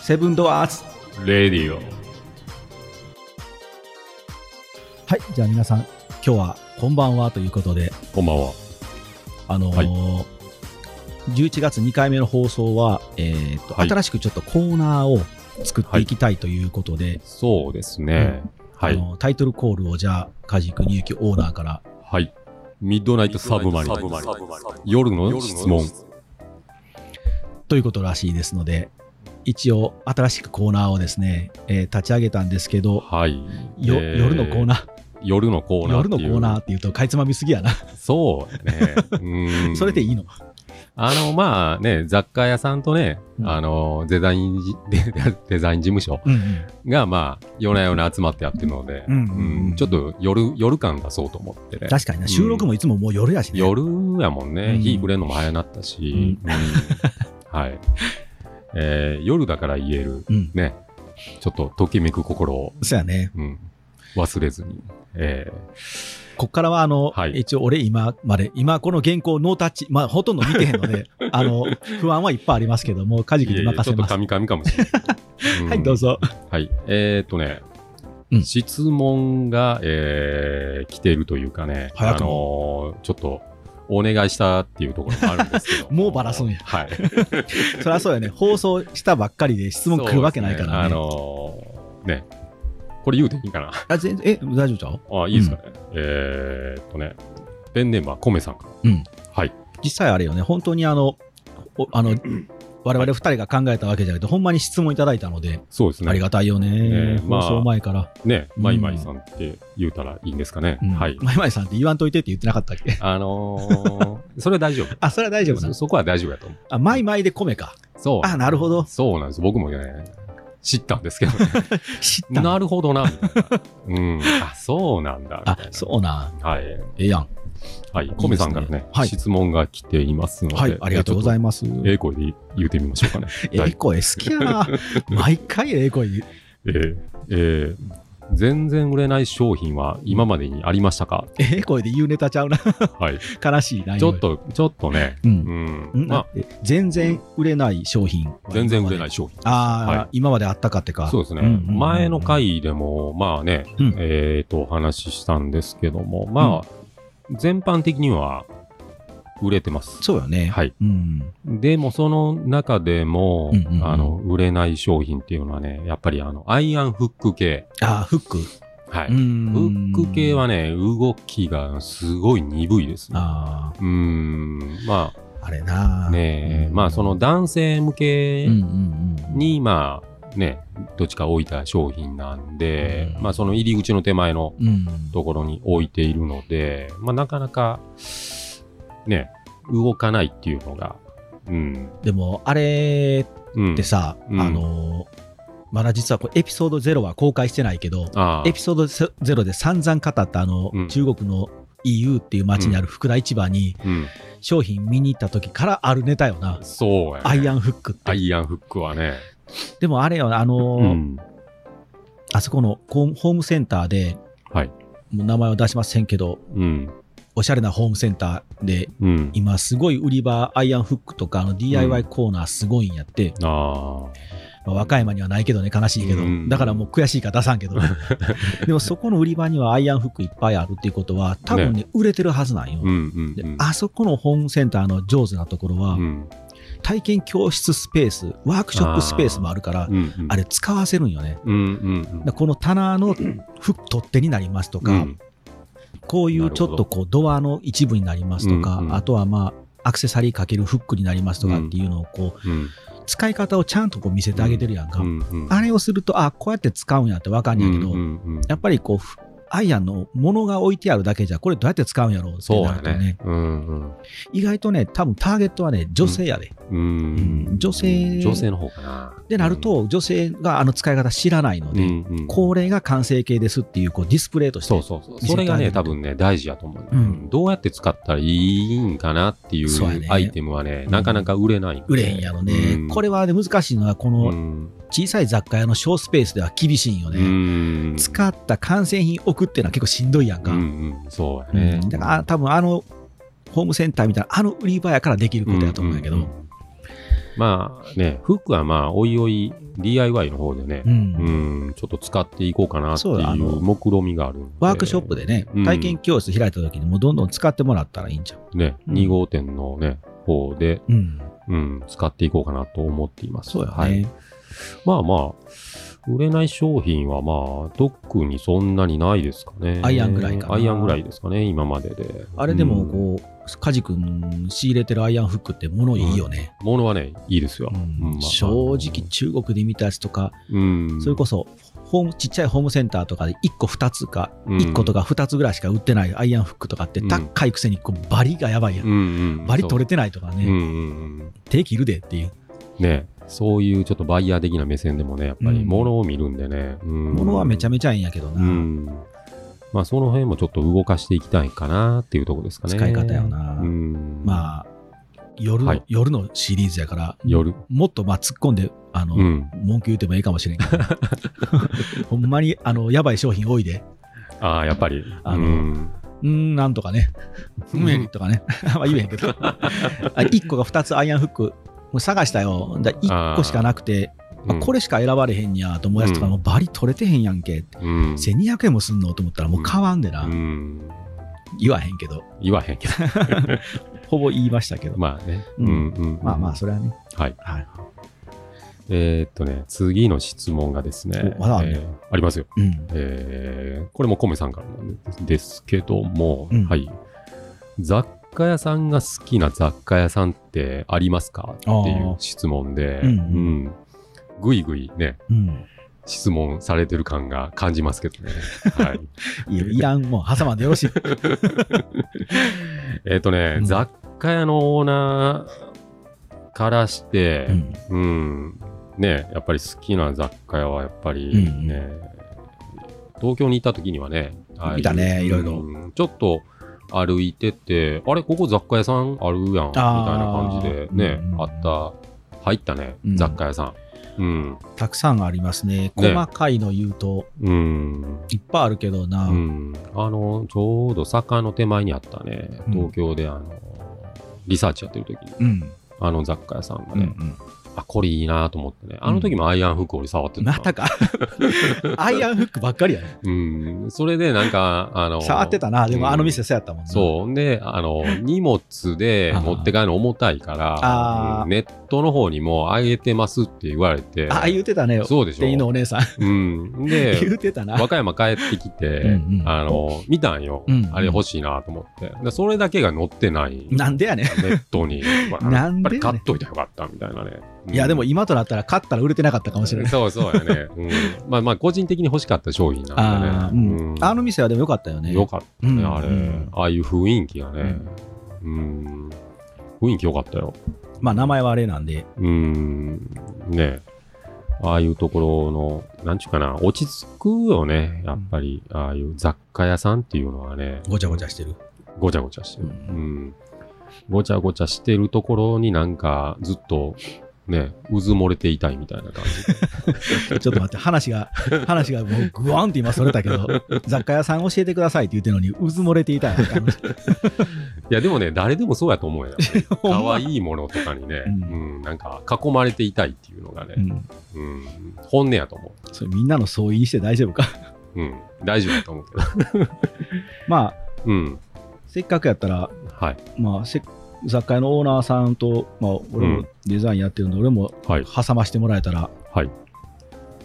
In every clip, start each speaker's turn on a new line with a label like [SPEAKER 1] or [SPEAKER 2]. [SPEAKER 1] セブンドアーズ
[SPEAKER 2] レディオ。
[SPEAKER 3] はい、じゃあ皆さん、今日はこんばんはということで、
[SPEAKER 2] こんばんは。
[SPEAKER 3] あのー
[SPEAKER 2] はい
[SPEAKER 3] 11月2回目の放送は、えーと
[SPEAKER 2] はい
[SPEAKER 3] 新しくちょっとコーナーを作っていきたいということで、
[SPEAKER 2] そうですね。は
[SPEAKER 3] あ
[SPEAKER 2] い。
[SPEAKER 3] のータイトルコールをじゃあ、梶国行オーナーから、
[SPEAKER 2] はい。ミッドナイトサブマリン。夜の質問。
[SPEAKER 3] ということらしいですので、一応、新しくコーナーをですね、えー立ち上げたんですけど、
[SPEAKER 2] はい。
[SPEAKER 3] よ
[SPEAKER 2] え
[SPEAKER 3] 夜のコーナー、
[SPEAKER 2] 夜のコーナー。
[SPEAKER 3] 夜のコーナーっ。ていうと、かいつまみすぎやな。
[SPEAKER 2] そう ね。うん
[SPEAKER 3] それでいいの。
[SPEAKER 2] あの、まあね、雑貨屋さんとね、
[SPEAKER 3] うん
[SPEAKER 2] あの、デザインじ、 デデザイン事務所
[SPEAKER 3] うんうん。
[SPEAKER 2] が、まあ、夜な夜な集まってやってるので、
[SPEAKER 3] うんうんうん
[SPEAKER 2] ちょっと夜、夜感出そうと思ってね。
[SPEAKER 3] 確かにな、収録もいつももう夜やしね。
[SPEAKER 2] 夜やもんね、
[SPEAKER 3] うん
[SPEAKER 2] 日暮れるのも早なったし、うんはい。えー夜だから言える、
[SPEAKER 3] うん。
[SPEAKER 2] ね、ちょっとときめく心を、
[SPEAKER 3] そうやね。
[SPEAKER 2] うん、忘れずに、え
[SPEAKER 3] こっからは、あの、
[SPEAKER 2] はい
[SPEAKER 3] 一応俺今まで、今この原稿ノータッチ、まあほとんど見てへんの で、あの、不安はいっぱいありますけども、カジ
[SPEAKER 2] ー
[SPEAKER 3] キに
[SPEAKER 2] いえいえ
[SPEAKER 3] 任
[SPEAKER 2] ち
[SPEAKER 3] せ
[SPEAKER 2] ょっと
[SPEAKER 3] ます。
[SPEAKER 2] カミカミかもしれない。 ん
[SPEAKER 3] はい、どう。ぞ。
[SPEAKER 2] はい。えーっとね、
[SPEAKER 3] うん
[SPEAKER 2] 質問が、えー来ているというかね、
[SPEAKER 3] 早
[SPEAKER 2] あ
[SPEAKER 3] く
[SPEAKER 2] のーちょっと、お願いしたっていうところもあるんですけど。
[SPEAKER 3] もうバラすんや
[SPEAKER 2] はい。
[SPEAKER 3] そりゃそうやね。放送したばっかりで質問来るわけないからね。
[SPEAKER 2] そうですねあのーね、これ言うていいかな。
[SPEAKER 3] あ全然え、大丈夫ちゃう
[SPEAKER 2] あ、いいですかね。えーっとね、ペンネームはコメさんから。
[SPEAKER 3] うん。
[SPEAKER 2] はい。
[SPEAKER 3] 実際あれよね、本当にあの、おあの、我々二人が考えたわけじゃなくて、ほんまに質問いただいたので、
[SPEAKER 2] そうですね。
[SPEAKER 3] ありがたいよね。
[SPEAKER 2] ねまあ
[SPEAKER 3] 放送前から。
[SPEAKER 2] ね、マイマイさんって言うたらいいんですかね。
[SPEAKER 3] うん
[SPEAKER 2] はい。
[SPEAKER 3] まいまいさんって言わんといてって言ってなかったっけ
[SPEAKER 2] あの ーそれは大丈夫。
[SPEAKER 3] あ、それは大丈夫な
[SPEAKER 2] そ
[SPEAKER 3] の
[SPEAKER 2] そこは大丈夫やと思う。
[SPEAKER 3] あ、まいまいで米か。
[SPEAKER 2] そう。
[SPEAKER 3] あ、なるほど。
[SPEAKER 2] そうなんです。僕もね、知ったんで すけど、ね、
[SPEAKER 3] 知ったの
[SPEAKER 2] なるほどな、みたいな。うん。 あ、そうなんだ。
[SPEAKER 3] あ、そうなん。
[SPEAKER 2] う。はい。
[SPEAKER 3] ええやん。
[SPEAKER 2] はい。コメさんからね、
[SPEAKER 3] はい
[SPEAKER 2] 質問が来ていますので、
[SPEAKER 3] はい、ありがとうござい
[SPEAKER 2] ま
[SPEAKER 3] ます。
[SPEAKER 2] ええ声で言うてみましょうかね。
[SPEAKER 3] ええ声好きやな。毎回ええ声言う。
[SPEAKER 2] えーえー全然売れない商品は今までにありまし たか、
[SPEAKER 3] ええ声で言うネタちゃうな。
[SPEAKER 2] はい、
[SPEAKER 3] 悲しいな。
[SPEAKER 2] ちょっ。と、ちょっとね、
[SPEAKER 3] う。
[SPEAKER 2] うんん、
[SPEAKER 3] ん
[SPEAKER 2] ま
[SPEAKER 3] だって全然売れない商品。。
[SPEAKER 2] あ、全然売れないい商品。
[SPEAKER 3] ああ、
[SPEAKER 2] は
[SPEAKER 3] 今まであったかってか。
[SPEAKER 2] そうですね、
[SPEAKER 3] んんん
[SPEAKER 2] 前の。回でも、まあね、
[SPEAKER 3] うん
[SPEAKER 2] えっ、と、お話ししたんですけども、まあ、全般的には売れてます。
[SPEAKER 3] そうよね。
[SPEAKER 2] はい。
[SPEAKER 3] うん。
[SPEAKER 2] でも、その中でも、
[SPEAKER 3] うんうんうん
[SPEAKER 2] あの、売れない商品っていうのはね、やっぱり、あの、アイアンフック系。
[SPEAKER 3] ああ、フック。
[SPEAKER 2] はい。
[SPEAKER 3] う
[SPEAKER 2] フ
[SPEAKER 3] ん
[SPEAKER 2] ック系。はね、動きがすごい鈍いですね。
[SPEAKER 3] あ
[SPEAKER 2] うーん、ま
[SPEAKER 3] あ、あれな
[SPEAKER 2] あ。ねえ、
[SPEAKER 3] うん
[SPEAKER 2] まあその男性向け
[SPEAKER 3] うんうんうん。
[SPEAKER 2] に、まあね、どっちか置いた商品なんで、
[SPEAKER 3] うん
[SPEAKER 2] まあその入り口の手前の
[SPEAKER 3] うん。
[SPEAKER 2] ところに置いているので、まあなかなか、ね、動かないっていうのが、うん、
[SPEAKER 3] でも、あれ
[SPEAKER 2] うん。
[SPEAKER 3] ってさ、
[SPEAKER 2] うん
[SPEAKER 3] あのー、まだ実はこれエピソード0は公開してないけど、
[SPEAKER 2] ああ
[SPEAKER 3] エピソード0で散々語ったあの、
[SPEAKER 2] うん
[SPEAKER 3] 中国の EU っていう町にある福田市場に
[SPEAKER 2] うん、
[SPEAKER 3] 商品見に行った時からあるネタよな。
[SPEAKER 2] そうや、ね。
[SPEAKER 3] アイアンフックっ
[SPEAKER 2] ア
[SPEAKER 3] て。
[SPEAKER 2] イアンフックはね、
[SPEAKER 3] でもあれよな、あのー
[SPEAKER 2] うん、
[SPEAKER 3] あそこのホームホームセンターで、
[SPEAKER 2] はい
[SPEAKER 3] もう名前は出しませんけど、
[SPEAKER 2] うん、
[SPEAKER 3] おしゃれなホームセンターで、
[SPEAKER 2] うん。
[SPEAKER 3] 今すごい売り場、アイアンフックとかあの DIY コーナーすごいんやって、
[SPEAKER 2] あ
[SPEAKER 3] まあ和歌山にはないけどね、悲しいけど、
[SPEAKER 2] うん
[SPEAKER 3] だからもう悔しいから出さんけど、 でもそこの売り場にはアイアンフックいっぱいあるっていうことは、多分ね、売れてるはずなんよ。
[SPEAKER 2] あ、うん、うん。
[SPEAKER 3] で
[SPEAKER 2] うん、
[SPEAKER 3] あそこのホームセンターの上手なところは、
[SPEAKER 2] うん、
[SPEAKER 3] 体験教室スペース、ワークショップスペースもあるから、あ
[SPEAKER 2] うん、うん。
[SPEAKER 3] れ使わせるんよね。
[SPEAKER 2] うん、うん、
[SPEAKER 3] だからこの棚の フ取っ手になりますと
[SPEAKER 2] う
[SPEAKER 3] か、
[SPEAKER 2] ん。
[SPEAKER 3] こうい
[SPEAKER 2] な
[SPEAKER 3] う
[SPEAKER 2] る
[SPEAKER 3] ちょ
[SPEAKER 2] ほど
[SPEAKER 3] っとこうドアの一部になりますとか、
[SPEAKER 2] うんうん
[SPEAKER 3] あとはまあ、アクセサリーかけるフックになりますとかっていうのをこう、
[SPEAKER 2] うん、
[SPEAKER 3] 使い方をちゃんとこう見せてあげてるやんか。
[SPEAKER 2] うん、うん。
[SPEAKER 3] あれをすると、あこうやって使うんやってわかんやけど、
[SPEAKER 2] うんうんうん
[SPEAKER 3] やっぱりこう、ふアイアンのものが置いてあるだけじゃ、これどうやって使うんやろうって
[SPEAKER 2] そう
[SPEAKER 3] な
[SPEAKER 2] や
[SPEAKER 3] るとね、
[SPEAKER 2] ね。うんうん
[SPEAKER 3] 意外とね、多分ターゲットはね、女性やで。
[SPEAKER 2] うん
[SPEAKER 3] うん女性
[SPEAKER 2] 女性の方かな。
[SPEAKER 3] でなると、女性があの使い方知らないの
[SPEAKER 2] うん、
[SPEAKER 3] で、
[SPEAKER 2] うんうん
[SPEAKER 3] 高齢が完成形ですっていうこうディスプレイとして、
[SPEAKER 2] そうそうそう。
[SPEAKER 3] 見せ
[SPEAKER 2] そ
[SPEAKER 3] てあげ
[SPEAKER 2] れ
[SPEAKER 3] る
[SPEAKER 2] がね、多分ね、大事やと思うね、
[SPEAKER 3] うん
[SPEAKER 2] どうやって使ったらいいんかなってい
[SPEAKER 3] そうやね
[SPEAKER 2] うアイテムはね、
[SPEAKER 3] うん
[SPEAKER 2] なかなか売れない。
[SPEAKER 3] 売れへんやろね。
[SPEAKER 2] うん
[SPEAKER 3] これはね、難しいのは、こ
[SPEAKER 2] う
[SPEAKER 3] の
[SPEAKER 2] ん。
[SPEAKER 3] 小さい雑貨屋の小スペースでは厳しいんよ
[SPEAKER 2] う
[SPEAKER 3] ね。
[SPEAKER 2] ん。
[SPEAKER 3] 使った完成品置くっていうのは結構しんどいやんか。
[SPEAKER 2] うんうん。そうやね
[SPEAKER 3] う。んだから、多分あの、ホームセンターみたいな、あの売り場やからできることやと思うんやけど、
[SPEAKER 2] うんうんうんまあね、フックはまあ、おいおい DIY の方でね
[SPEAKER 3] う、ん
[SPEAKER 2] うん、ちょっと使っていこうかなってい
[SPEAKER 3] そうあの
[SPEAKER 2] う目論みがあるんで
[SPEAKER 3] ワークショップでね、
[SPEAKER 2] うん
[SPEAKER 3] 体験教室開いた時にもうどんどん使ってもらったらいいんじゃん。
[SPEAKER 2] ね、
[SPEAKER 3] うん
[SPEAKER 2] 2号店のね、方で、
[SPEAKER 3] うん。
[SPEAKER 2] うん、使っていこうかなと思っています。
[SPEAKER 3] そうよね。
[SPEAKER 2] はい。まあまあ、売れない商品はまあ、特にそんなにないですかね。
[SPEAKER 3] アイアンぐらいかな
[SPEAKER 2] アイアンぐらいですかね、今までで。
[SPEAKER 3] あれでも、
[SPEAKER 2] うん、
[SPEAKER 3] こう、カジ君仕入れてるアイアンフックって物いいよね。
[SPEAKER 2] 物はね、いいですよ。
[SPEAKER 3] うん正直、中国で見たやつとか、
[SPEAKER 2] うん、
[SPEAKER 3] それこ
[SPEAKER 2] そ、
[SPEAKER 3] そ、ホーム、ちっちゃいホームセンターとかで1個2つか、
[SPEAKER 2] うん
[SPEAKER 3] 1個とか2つぐらいしか売ってないアイアンフックとかって
[SPEAKER 2] うん
[SPEAKER 3] 高いくせにこうバリがやばいや
[SPEAKER 2] うん
[SPEAKER 3] ん。
[SPEAKER 2] うん、
[SPEAKER 3] バリ取れてないとか
[SPEAKER 2] そうう
[SPEAKER 3] ね、
[SPEAKER 2] んうんうん。
[SPEAKER 3] 手切るでっていう。
[SPEAKER 2] ね、そういうちょっとバイヤー的な目線でもね、やっぱ
[SPEAKER 3] う
[SPEAKER 2] り
[SPEAKER 3] ん
[SPEAKER 2] 物を見るんでね。うん
[SPEAKER 3] 物はめちゃめちゃいいんやけど
[SPEAKER 2] う
[SPEAKER 3] な。
[SPEAKER 2] ん。まあ、その辺もちょっと動かしていきたいかなっていうところですかね。
[SPEAKER 3] 使い方よな
[SPEAKER 2] うん。
[SPEAKER 3] まあ、
[SPEAKER 2] あ、
[SPEAKER 3] 夜
[SPEAKER 2] は
[SPEAKER 3] の
[SPEAKER 2] い
[SPEAKER 3] 夜のシリーズやから、
[SPEAKER 2] 夜。
[SPEAKER 3] もっとまあ突っ込んで、あの、
[SPEAKER 2] うん。
[SPEAKER 3] 文句言うてもいいかもしれん けど、ほんまにあのやばい商品多いで、
[SPEAKER 2] ああ、やっぱり。
[SPEAKER 3] あの
[SPEAKER 2] うん
[SPEAKER 3] うーん、なんとかね、う
[SPEAKER 2] うん
[SPEAKER 3] んとか ね、まあ言えへんけど、あ1個が2つアイアンフック、もう探したよ、だ1個しかなくて、あこ
[SPEAKER 2] れ、
[SPEAKER 3] れしか選ばれへんやと思うやつとか、
[SPEAKER 2] うん
[SPEAKER 3] もうバリ取れてへんやんけ、
[SPEAKER 2] うん、
[SPEAKER 3] 1200円もすんのと思ったら、もう買わんでな、
[SPEAKER 2] うん
[SPEAKER 3] 言わへんけど、
[SPEAKER 2] 言わへんけど。
[SPEAKER 3] ほぼ言いましたけど、
[SPEAKER 2] まあね。
[SPEAKER 3] うん
[SPEAKER 2] うんうん
[SPEAKER 3] まあまあ、それはね、
[SPEAKER 2] はい。
[SPEAKER 3] はい
[SPEAKER 2] えーっとね、次の質問がですね。
[SPEAKER 3] おまだあん
[SPEAKER 2] え
[SPEAKER 3] ね
[SPEAKER 2] ーありますよ。
[SPEAKER 3] うん、
[SPEAKER 2] えーこれもコメさんからなんですけども、
[SPEAKER 3] うん
[SPEAKER 2] はい。雑貨屋さんが好きな雑貨屋さんってありますかって
[SPEAKER 3] あー
[SPEAKER 2] いう質問で、
[SPEAKER 3] うんう
[SPEAKER 2] うんぐいぐいね、
[SPEAKER 3] うん、
[SPEAKER 2] 質問されてる感が感じますけ どね。はい。
[SPEAKER 3] いいよいらん、もう挟まんでよろ しい。
[SPEAKER 2] えっとね、
[SPEAKER 3] うん
[SPEAKER 2] 雑貨屋のオーナーからして、
[SPEAKER 3] うん
[SPEAKER 2] うん、ね、やっぱり好きな雑貨屋はやっぱり
[SPEAKER 3] うんうん
[SPEAKER 2] ね、東京にいた時にはね、ああう
[SPEAKER 3] 見たねいろいろ
[SPEAKER 2] うんちょっと歩いてて、あれ、ここ雑貨屋さんあるやん、みたいな感じでね、
[SPEAKER 3] うんうん
[SPEAKER 2] あった、入ったね、
[SPEAKER 3] うん
[SPEAKER 2] 雑貨屋さん。うん、
[SPEAKER 3] たくさんありますね。
[SPEAKER 2] ね
[SPEAKER 3] 細かいの言うと、
[SPEAKER 2] うん、
[SPEAKER 3] いっぱいあるけどな、
[SPEAKER 2] うん、あの、ちょうど坂の手前にあったね、
[SPEAKER 3] うん
[SPEAKER 2] 東京であの、リサーチやってる時に、
[SPEAKER 3] うん、
[SPEAKER 2] あの雑貨屋さんが
[SPEAKER 3] うん、う
[SPEAKER 2] ね、
[SPEAKER 3] ん。
[SPEAKER 2] あ、これいいなと思ってね、あの時もアイアンフック俺触ってた。
[SPEAKER 3] ま たか。アイアンフックばっかりやね。
[SPEAKER 2] うん、それでなんか、あの、
[SPEAKER 3] 触ってたな。で
[SPEAKER 2] う
[SPEAKER 3] も
[SPEAKER 2] ん
[SPEAKER 3] あの店そうやったもんな。
[SPEAKER 2] そう。んで、あの、荷物で持って帰るの重たいから
[SPEAKER 3] あ、ー
[SPEAKER 2] うんネットの方にも上げてますって言われて、
[SPEAKER 3] あ、言うてたね。
[SPEAKER 2] そうでしょ。
[SPEAKER 3] 店員のお姉さん。
[SPEAKER 2] うん。
[SPEAKER 3] 言
[SPEAKER 2] で、
[SPEAKER 3] うてたな。
[SPEAKER 2] 和歌山帰ってきて、
[SPEAKER 3] うんうん
[SPEAKER 2] あの、見たんよ、
[SPEAKER 3] うんうん
[SPEAKER 2] あれ欲しいなと思って。でそれだけが載ってない。
[SPEAKER 3] なんでやねん。
[SPEAKER 2] ネットに。
[SPEAKER 3] な
[SPEAKER 2] やっ
[SPEAKER 3] ん
[SPEAKER 2] ぱ
[SPEAKER 3] で
[SPEAKER 2] り
[SPEAKER 3] や
[SPEAKER 2] 買
[SPEAKER 3] ね
[SPEAKER 2] っといたらよかったみたいなね。うん
[SPEAKER 3] ん。いや、でも今となったら買ったら売れてなかったかもしれない。
[SPEAKER 2] そうそうやね。うん、まあまあ、個人的に欲しかった商品な
[SPEAKER 3] あー
[SPEAKER 2] ん
[SPEAKER 3] う
[SPEAKER 2] でね。
[SPEAKER 3] んあの店はでもよかったよね。
[SPEAKER 2] よかったね、
[SPEAKER 3] うん
[SPEAKER 2] あれ、
[SPEAKER 3] うん
[SPEAKER 2] ああいう雰囲気がね。うん。雰囲気よかったよ。
[SPEAKER 3] まあ名前はあれなんで。
[SPEAKER 2] うん。ねああいうところの、なんちゅうかな、落ち着くよね。やっぱり、ああいう雑貨屋さんっていうのはね、
[SPEAKER 3] ごちゃごちゃしてる。
[SPEAKER 2] ごちゃごちゃしてる。
[SPEAKER 3] うん
[SPEAKER 2] うん。ごちゃごちゃしてるところになんか、ずっと、ね、うずもれていたいみたいな感 じ。
[SPEAKER 3] ちょっと待って、話が、 話がもうグワンって今それたけど、雑貨屋さん教えてくださいって言ってるのに、うずもれていたやんあの人
[SPEAKER 2] いや、でもね、誰でもそうやと思うよ。
[SPEAKER 3] ほんま
[SPEAKER 2] 可愛いものとかにね、
[SPEAKER 3] う
[SPEAKER 2] うんん、なんか囲まれていたいっていうのが
[SPEAKER 3] う
[SPEAKER 2] ね、
[SPEAKER 3] ん。
[SPEAKER 2] うん、本音やと思
[SPEAKER 3] それみんなの相違にして大丈夫か。
[SPEAKER 2] う。うん、大丈夫やと思うけど。
[SPEAKER 3] まあ、
[SPEAKER 2] うん、
[SPEAKER 3] せっかくやったら、
[SPEAKER 2] はい、
[SPEAKER 3] まあ、せ雑貨屋のオーナーさんと、まあ、俺
[SPEAKER 2] う
[SPEAKER 3] も
[SPEAKER 2] ん
[SPEAKER 3] デザインやってるんで、俺も
[SPEAKER 2] はい、
[SPEAKER 3] 挟ましてもらえたら、
[SPEAKER 2] はい。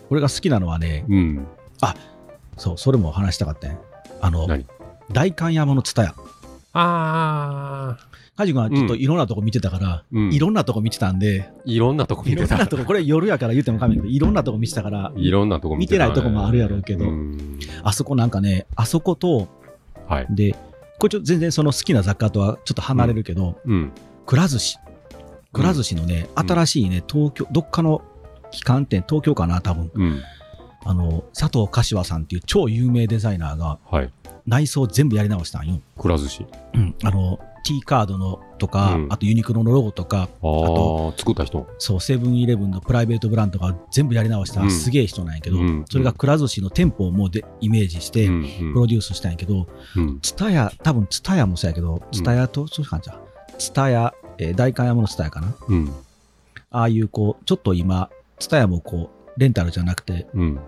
[SPEAKER 3] 俺が好きなのはね、
[SPEAKER 2] うん。
[SPEAKER 3] そう、それも話したかったんやあの
[SPEAKER 2] 何、
[SPEAKER 3] 代官山の蔦屋。
[SPEAKER 2] ああ、
[SPEAKER 3] カジ君はちょっと
[SPEAKER 2] うん
[SPEAKER 3] いろんなとこ見てたから、
[SPEAKER 2] うん、
[SPEAKER 3] いろんなとこ見てたんで、
[SPEAKER 2] いろんなとこ
[SPEAKER 3] い
[SPEAKER 2] 見
[SPEAKER 3] ろ
[SPEAKER 2] て
[SPEAKER 3] んな
[SPEAKER 2] た。
[SPEAKER 3] とこ、これ夜やから言ってもかめんけど、いろんなとこ見てたから、
[SPEAKER 2] いろんなとこ見てた、
[SPEAKER 3] 見てないとこもあるやろうけど
[SPEAKER 2] ん
[SPEAKER 3] あそこなんかね、あそこと、
[SPEAKER 2] はい。
[SPEAKER 3] で、これちょっと全然その好きな雑貨とはちょっと離れるけど、
[SPEAKER 2] うん。
[SPEAKER 3] くら寿司。くら寿司のね、
[SPEAKER 2] うん
[SPEAKER 3] 新しいね、東京、どっかの旗艦店、東京かな、多分。
[SPEAKER 2] うん。
[SPEAKER 3] あの、佐藤柏さんっていう超有名デザイナーが
[SPEAKER 2] はい。
[SPEAKER 3] 内装全部やり直したんよ。
[SPEAKER 2] くら寿司。
[SPEAKER 3] うん。あの、T カードのとか、
[SPEAKER 2] うん
[SPEAKER 3] あとユニクロのロゴとか、
[SPEAKER 2] ああ、作った人。
[SPEAKER 3] そう、セブンイレブンのプライベートブランドが全部やり直した、
[SPEAKER 2] うん
[SPEAKER 3] すげえ人なんやけど、
[SPEAKER 2] うん
[SPEAKER 3] それがくら寿司の店舗をもうでイメージして、
[SPEAKER 2] うん
[SPEAKER 3] プロデュースしたんやけど、
[SPEAKER 2] うん。うん。
[SPEAKER 3] ツタヤ、多分ツタヤもそうやけど、ツタヤと、そういう感じだ。ツタヤ、えー代官山のツタヤかな。
[SPEAKER 2] うん。
[SPEAKER 3] ああいうこう、ちょっと今、ツタヤもこう、レンタルじゃなくて、
[SPEAKER 2] うん。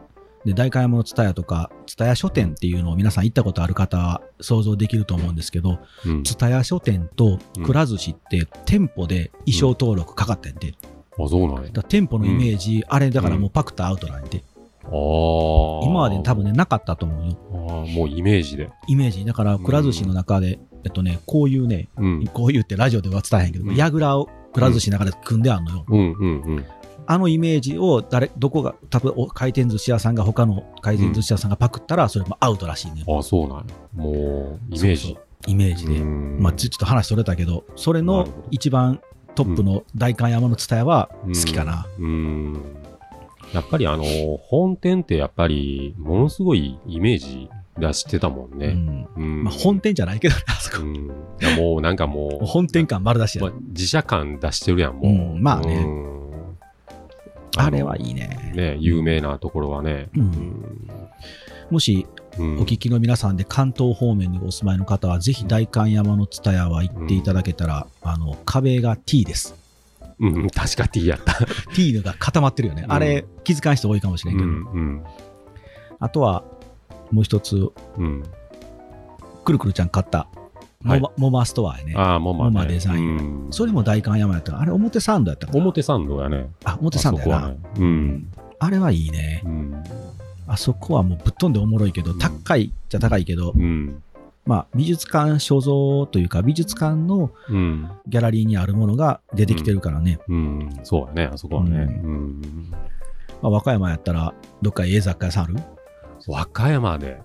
[SPEAKER 3] で、大買い物ツタヤとか、ツタヤ書店っていうのを皆さん行ったことある方は想像できると思うんですけど、
[SPEAKER 2] うん。
[SPEAKER 3] ツタヤ書店とくら寿司って店舗で衣装登録かかってんで、
[SPEAKER 2] あ、そうなんや
[SPEAKER 3] だ。から店舗のイメージ、あれだからもうパクったアウトなんで、
[SPEAKER 2] ああ。今
[SPEAKER 3] 今まで多分ね、なかったと思うよ。
[SPEAKER 2] あーもうイメージで。
[SPEAKER 3] イメージ。だから、くら寿司の中で、えっとね、こういうね、
[SPEAKER 2] うん。
[SPEAKER 3] こういうってラジオでは伝えへんけど、
[SPEAKER 2] うん
[SPEAKER 3] ヤグラをくら寿司の中で組んであんのよ。
[SPEAKER 2] うんうんうん。
[SPEAKER 3] あのイメージを誰、どこが、多分お回転寿司屋さんが他の回転寿司屋さんがパクったら、それもアウトらしいね。
[SPEAKER 2] ああ、そうなんや。もう、イメージ
[SPEAKER 3] そう。そうイメージで。まあ、ちょちょっと話それたけど、それ
[SPEAKER 2] な
[SPEAKER 3] の
[SPEAKER 2] るほど
[SPEAKER 3] 一番トップの代官山の蔦屋は好きかな。
[SPEAKER 2] うん。うんやっぱりあの、本店ってやっぱり、ものすごいイメージ出してたもんね。うん。
[SPEAKER 3] うんまあ、本店じゃないけどね、あそこ。
[SPEAKER 2] うん。いやもうなんかもう、
[SPEAKER 3] 本店感丸出し
[SPEAKER 2] ま
[SPEAKER 3] や
[SPEAKER 2] あ、自社感出してるやん、もう。
[SPEAKER 3] うんまあね
[SPEAKER 2] うん
[SPEAKER 3] あれはい
[SPEAKER 2] い。
[SPEAKER 3] いね。
[SPEAKER 2] ね、有名なところはね。
[SPEAKER 3] うん
[SPEAKER 2] ん。
[SPEAKER 3] もし
[SPEAKER 2] うん
[SPEAKER 3] お聞きの皆さんで関東方面にお住まいの方は、ぜひ代官山の蔦屋は行っていただけたら、あの壁が T です。
[SPEAKER 2] うん、確か T やった。
[SPEAKER 3] T のが固まってるよね。
[SPEAKER 2] うん
[SPEAKER 3] あれ、気づかない人多いかもしれんけど。
[SPEAKER 2] うん。
[SPEAKER 3] あとは、もう一つ、
[SPEAKER 2] うん。
[SPEAKER 3] くるくるちゃん買った、モ
[SPEAKER 2] はい
[SPEAKER 3] マモマストアやね。
[SPEAKER 2] ああ、モマね。
[SPEAKER 3] モマデザイン
[SPEAKER 2] うん
[SPEAKER 3] それも代官山やったかなあれ表参道やったかな
[SPEAKER 2] 表参道やね。
[SPEAKER 3] あ、表参道やな。あ,、
[SPEAKER 2] あそこはね。うん。
[SPEAKER 3] れはいいね。
[SPEAKER 2] うん。
[SPEAKER 3] あそこはもうぶっ飛んでおもろいけど、
[SPEAKER 2] うん
[SPEAKER 3] 高いじゃ高いけど、
[SPEAKER 2] うん。
[SPEAKER 3] まあ、美術館所蔵というか、美術館の
[SPEAKER 2] うん。
[SPEAKER 3] ギャラリーにあるものが出てきてるからね。
[SPEAKER 2] うん。そうやね、あそこはね。
[SPEAKER 3] う
[SPEAKER 2] うん。
[SPEAKER 3] まあ、和歌山やったら、どっかえ雑貨屋さんある
[SPEAKER 2] 和歌山で。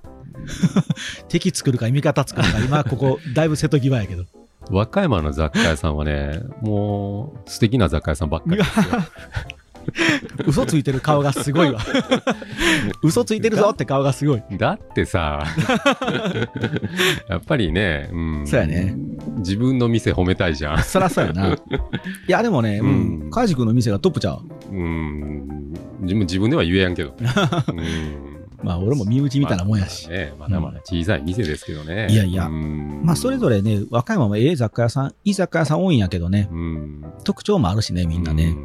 [SPEAKER 3] 敵作るか味方作る か、今ここ、だいぶ瀬戸際やけど。
[SPEAKER 2] 和歌山の雑貨屋さんはね、もう素敵な雑貨屋さんばっかりですよ。
[SPEAKER 3] 嘘ついてる顔がすごい わ嘘ついてるぞって顔がすごい
[SPEAKER 2] だって さ、やっぱりね、うん、
[SPEAKER 3] そうやね。
[SPEAKER 2] 自分の店褒めたいじゃん。
[SPEAKER 3] そらそうやないやでもねう
[SPEAKER 2] うん
[SPEAKER 3] ん川地君の店がトップちゃう
[SPEAKER 2] うん、自分自分では言えやん けど。うん
[SPEAKER 3] まあ俺も身内みたいなもんやし
[SPEAKER 2] まあね、まだまだ小さい店ですけどね。
[SPEAKER 3] いやいや
[SPEAKER 2] ま
[SPEAKER 3] まあそれぞ
[SPEAKER 2] れ、
[SPEAKER 3] れね和歌山もええ雑貨屋さんいい雑貨屋さん多いんやけどね
[SPEAKER 2] うん、
[SPEAKER 3] 特徴もあるしねみんなね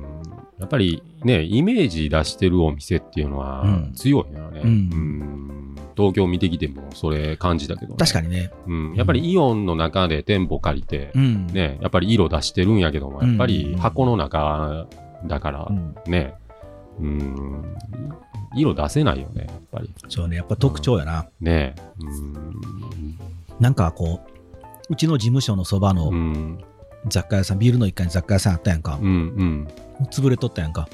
[SPEAKER 2] うやっぱりね、イメージ出してるお店っていうのは
[SPEAKER 3] うん
[SPEAKER 2] 強いよね。
[SPEAKER 3] うん
[SPEAKER 2] うん東京見てきてもそれ感じだけど、ね。
[SPEAKER 3] 確かにね
[SPEAKER 2] うん。やっぱりイオンの中で店舗借りて、
[SPEAKER 3] うん
[SPEAKER 2] ね、やっぱり色出してるんやけども、やっぱ
[SPEAKER 3] う
[SPEAKER 2] り
[SPEAKER 3] ん
[SPEAKER 2] 箱の中だから
[SPEAKER 3] うん
[SPEAKER 2] ね、うん、色出せないよね、やっぱり。
[SPEAKER 3] そうねやっぱ特徴やな
[SPEAKER 2] ね。うん
[SPEAKER 3] なんかこううちの事務所のそば
[SPEAKER 2] う
[SPEAKER 3] の
[SPEAKER 2] ん。
[SPEAKER 3] 雑貨屋さんビールの一階に雑貨屋さんあったやんか
[SPEAKER 2] うんうん。
[SPEAKER 3] もう潰れとったやんか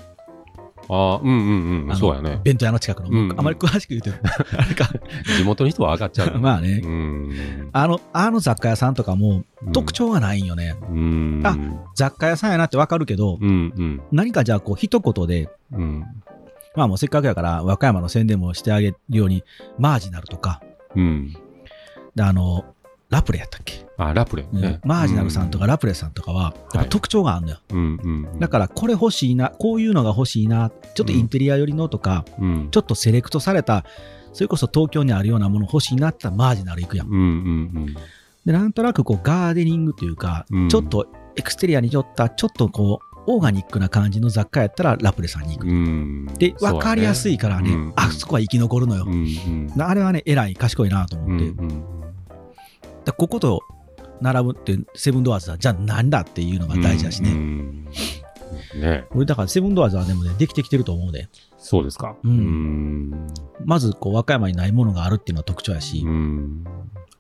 [SPEAKER 2] ああ、うんうんう
[SPEAKER 3] あ
[SPEAKER 2] ん。
[SPEAKER 3] の
[SPEAKER 2] そうやね。
[SPEAKER 3] 弁当屋の近く
[SPEAKER 2] うん
[SPEAKER 3] のあまり詳しく言うてあれか
[SPEAKER 2] 地元の人は上 がっちゃ う。
[SPEAKER 3] まあね
[SPEAKER 2] うん。
[SPEAKER 3] あのあの雑貨屋さんとかも
[SPEAKER 2] うん
[SPEAKER 3] 特徴がないんよね、
[SPEAKER 2] うん。
[SPEAKER 3] あ雑貨屋さんやなってわかるけど、
[SPEAKER 2] うんうん。
[SPEAKER 3] 何かじゃあこう一言で
[SPEAKER 2] うん。
[SPEAKER 3] まあもうせっかくやから和歌山の宣伝もしてあげるようにマージナルとか
[SPEAKER 2] うん。
[SPEAKER 3] であのラプレやったっけ、
[SPEAKER 2] あ、ラプレ、
[SPEAKER 3] うん
[SPEAKER 2] ね。
[SPEAKER 3] マージナルさんと
[SPEAKER 2] か。
[SPEAKER 3] かラプレさんとかはやっぱ特徴があるのよ、
[SPEAKER 2] うんうんうん。
[SPEAKER 3] だからこれ欲しいなこういうのが欲しいなちょっとインテリア寄りのとか、
[SPEAKER 2] うん。
[SPEAKER 3] ちょっとセレクトされたそれこそ東京にあるようなもの欲しいなって言ったらマージナル行くやん
[SPEAKER 2] うんうん
[SPEAKER 3] でなんとなくこうガーデニングというか、
[SPEAKER 2] うん
[SPEAKER 3] ちょっとエクステリアに寄ったちょっとこうオーガニックな感じの雑貨やったらラプレさんに行
[SPEAKER 2] う
[SPEAKER 3] く、
[SPEAKER 2] ん。うん。
[SPEAKER 3] で分かりやすいからね
[SPEAKER 2] うん
[SPEAKER 3] あそこは生き残るのよ
[SPEAKER 2] うん、うん。
[SPEAKER 3] なあれはね偉い賢いなと思って、
[SPEAKER 2] うんうん
[SPEAKER 3] だここと並ぶってセブンドアーズはじゃあなんだっていうのが大事だしね、
[SPEAKER 2] うんうんね
[SPEAKER 3] 俺だからセブンドアーズはでもねできてきてると思うで
[SPEAKER 2] そうですか。
[SPEAKER 3] うん
[SPEAKER 2] ん。
[SPEAKER 3] まずこう和歌山にないものがあるっていうのは特徴やし、
[SPEAKER 2] うん。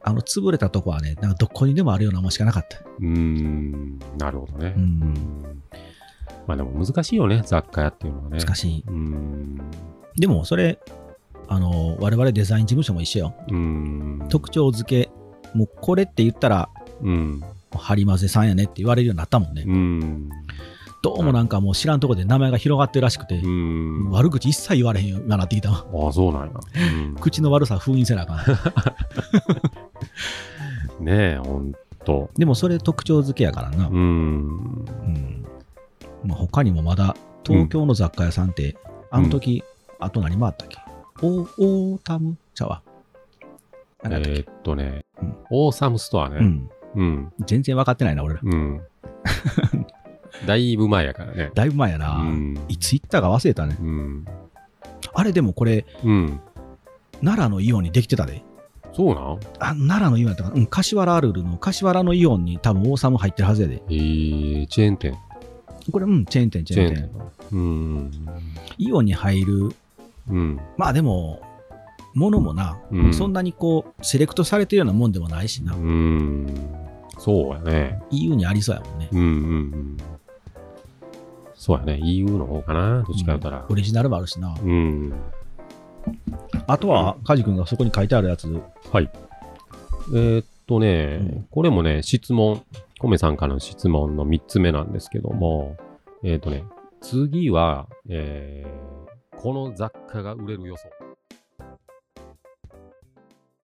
[SPEAKER 3] あの潰れたとこはねなんかどこにでもあるようなもんしかなかった
[SPEAKER 2] うん。なるほどね。
[SPEAKER 3] うん
[SPEAKER 2] まあでも難しいよね、雑貨屋っていうのはね。
[SPEAKER 3] 難しい
[SPEAKER 2] うん。
[SPEAKER 3] でもそれあの我々デザイン事務所も一緒よ
[SPEAKER 2] うん。
[SPEAKER 3] 特徴付けもうこれって言ったら
[SPEAKER 2] うん。
[SPEAKER 3] ハリマゼさんやねって言われるようになったもんね、
[SPEAKER 2] うん。
[SPEAKER 3] どうもなんかもう知らんとこで名前が広がってるらしくて
[SPEAKER 2] う、ん。
[SPEAKER 3] 悪口一切言われへんようになってきたわ
[SPEAKER 2] ああ、そうなんや。 うん
[SPEAKER 3] 口の悪さ封印せなあかん
[SPEAKER 2] ねえ、ほんと。
[SPEAKER 3] でもそれ特徴付けやからな、うん
[SPEAKER 2] うん。
[SPEAKER 3] まあ、他にもまだ東京の雑貨屋さんって、あの時、あと何もあったっけオーオータム茶は
[SPEAKER 2] え
[SPEAKER 3] なんだっけ、
[SPEAKER 2] ーっとね
[SPEAKER 3] うん、
[SPEAKER 2] オーサムストア
[SPEAKER 3] う
[SPEAKER 2] ね。
[SPEAKER 3] ん
[SPEAKER 2] うん。
[SPEAKER 3] 全然分かってないな俺ら
[SPEAKER 2] うん。だいぶ前やからね。
[SPEAKER 3] だいぶ前や
[SPEAKER 2] う
[SPEAKER 3] な。
[SPEAKER 2] ん。
[SPEAKER 3] いつ行ったか忘れたね。
[SPEAKER 2] うん。
[SPEAKER 3] あれでもこれ、
[SPEAKER 2] うん。
[SPEAKER 3] 奈良のイオンにできてたで。
[SPEAKER 2] そうなん
[SPEAKER 3] あ、奈良のイオンやったかな。うん、柏ラルルの柏原のイオンに多分王様入ってるはずやで。
[SPEAKER 2] えー、チェーン店。
[SPEAKER 3] これ、うん、チェーン店、チ
[SPEAKER 2] チ
[SPEAKER 3] ェー
[SPEAKER 2] ェ
[SPEAKER 3] ン
[SPEAKER 2] ーン
[SPEAKER 3] 店
[SPEAKER 2] 店。。うん。
[SPEAKER 3] イオンに入る、
[SPEAKER 2] うん。
[SPEAKER 3] まあでも、ものもな、
[SPEAKER 2] うん
[SPEAKER 3] そんなにこう、セレクトされてるようなもんでもないしな
[SPEAKER 2] う。ん。そうやね。
[SPEAKER 3] EU にありそうやもんね。
[SPEAKER 2] うんうんうん。そうやね。EU の方かな。どっちか言うたら
[SPEAKER 3] オ。リジナルもあるしな。
[SPEAKER 2] うん。
[SPEAKER 3] あとは、カジ君がそこに書いてあるやつ。
[SPEAKER 2] はい。えーっとね、
[SPEAKER 3] うん
[SPEAKER 2] これもね、質問、コメさんからの質問の3つ目なんですけども、えーっとね、次は、えーこの雑貨が売れる予想。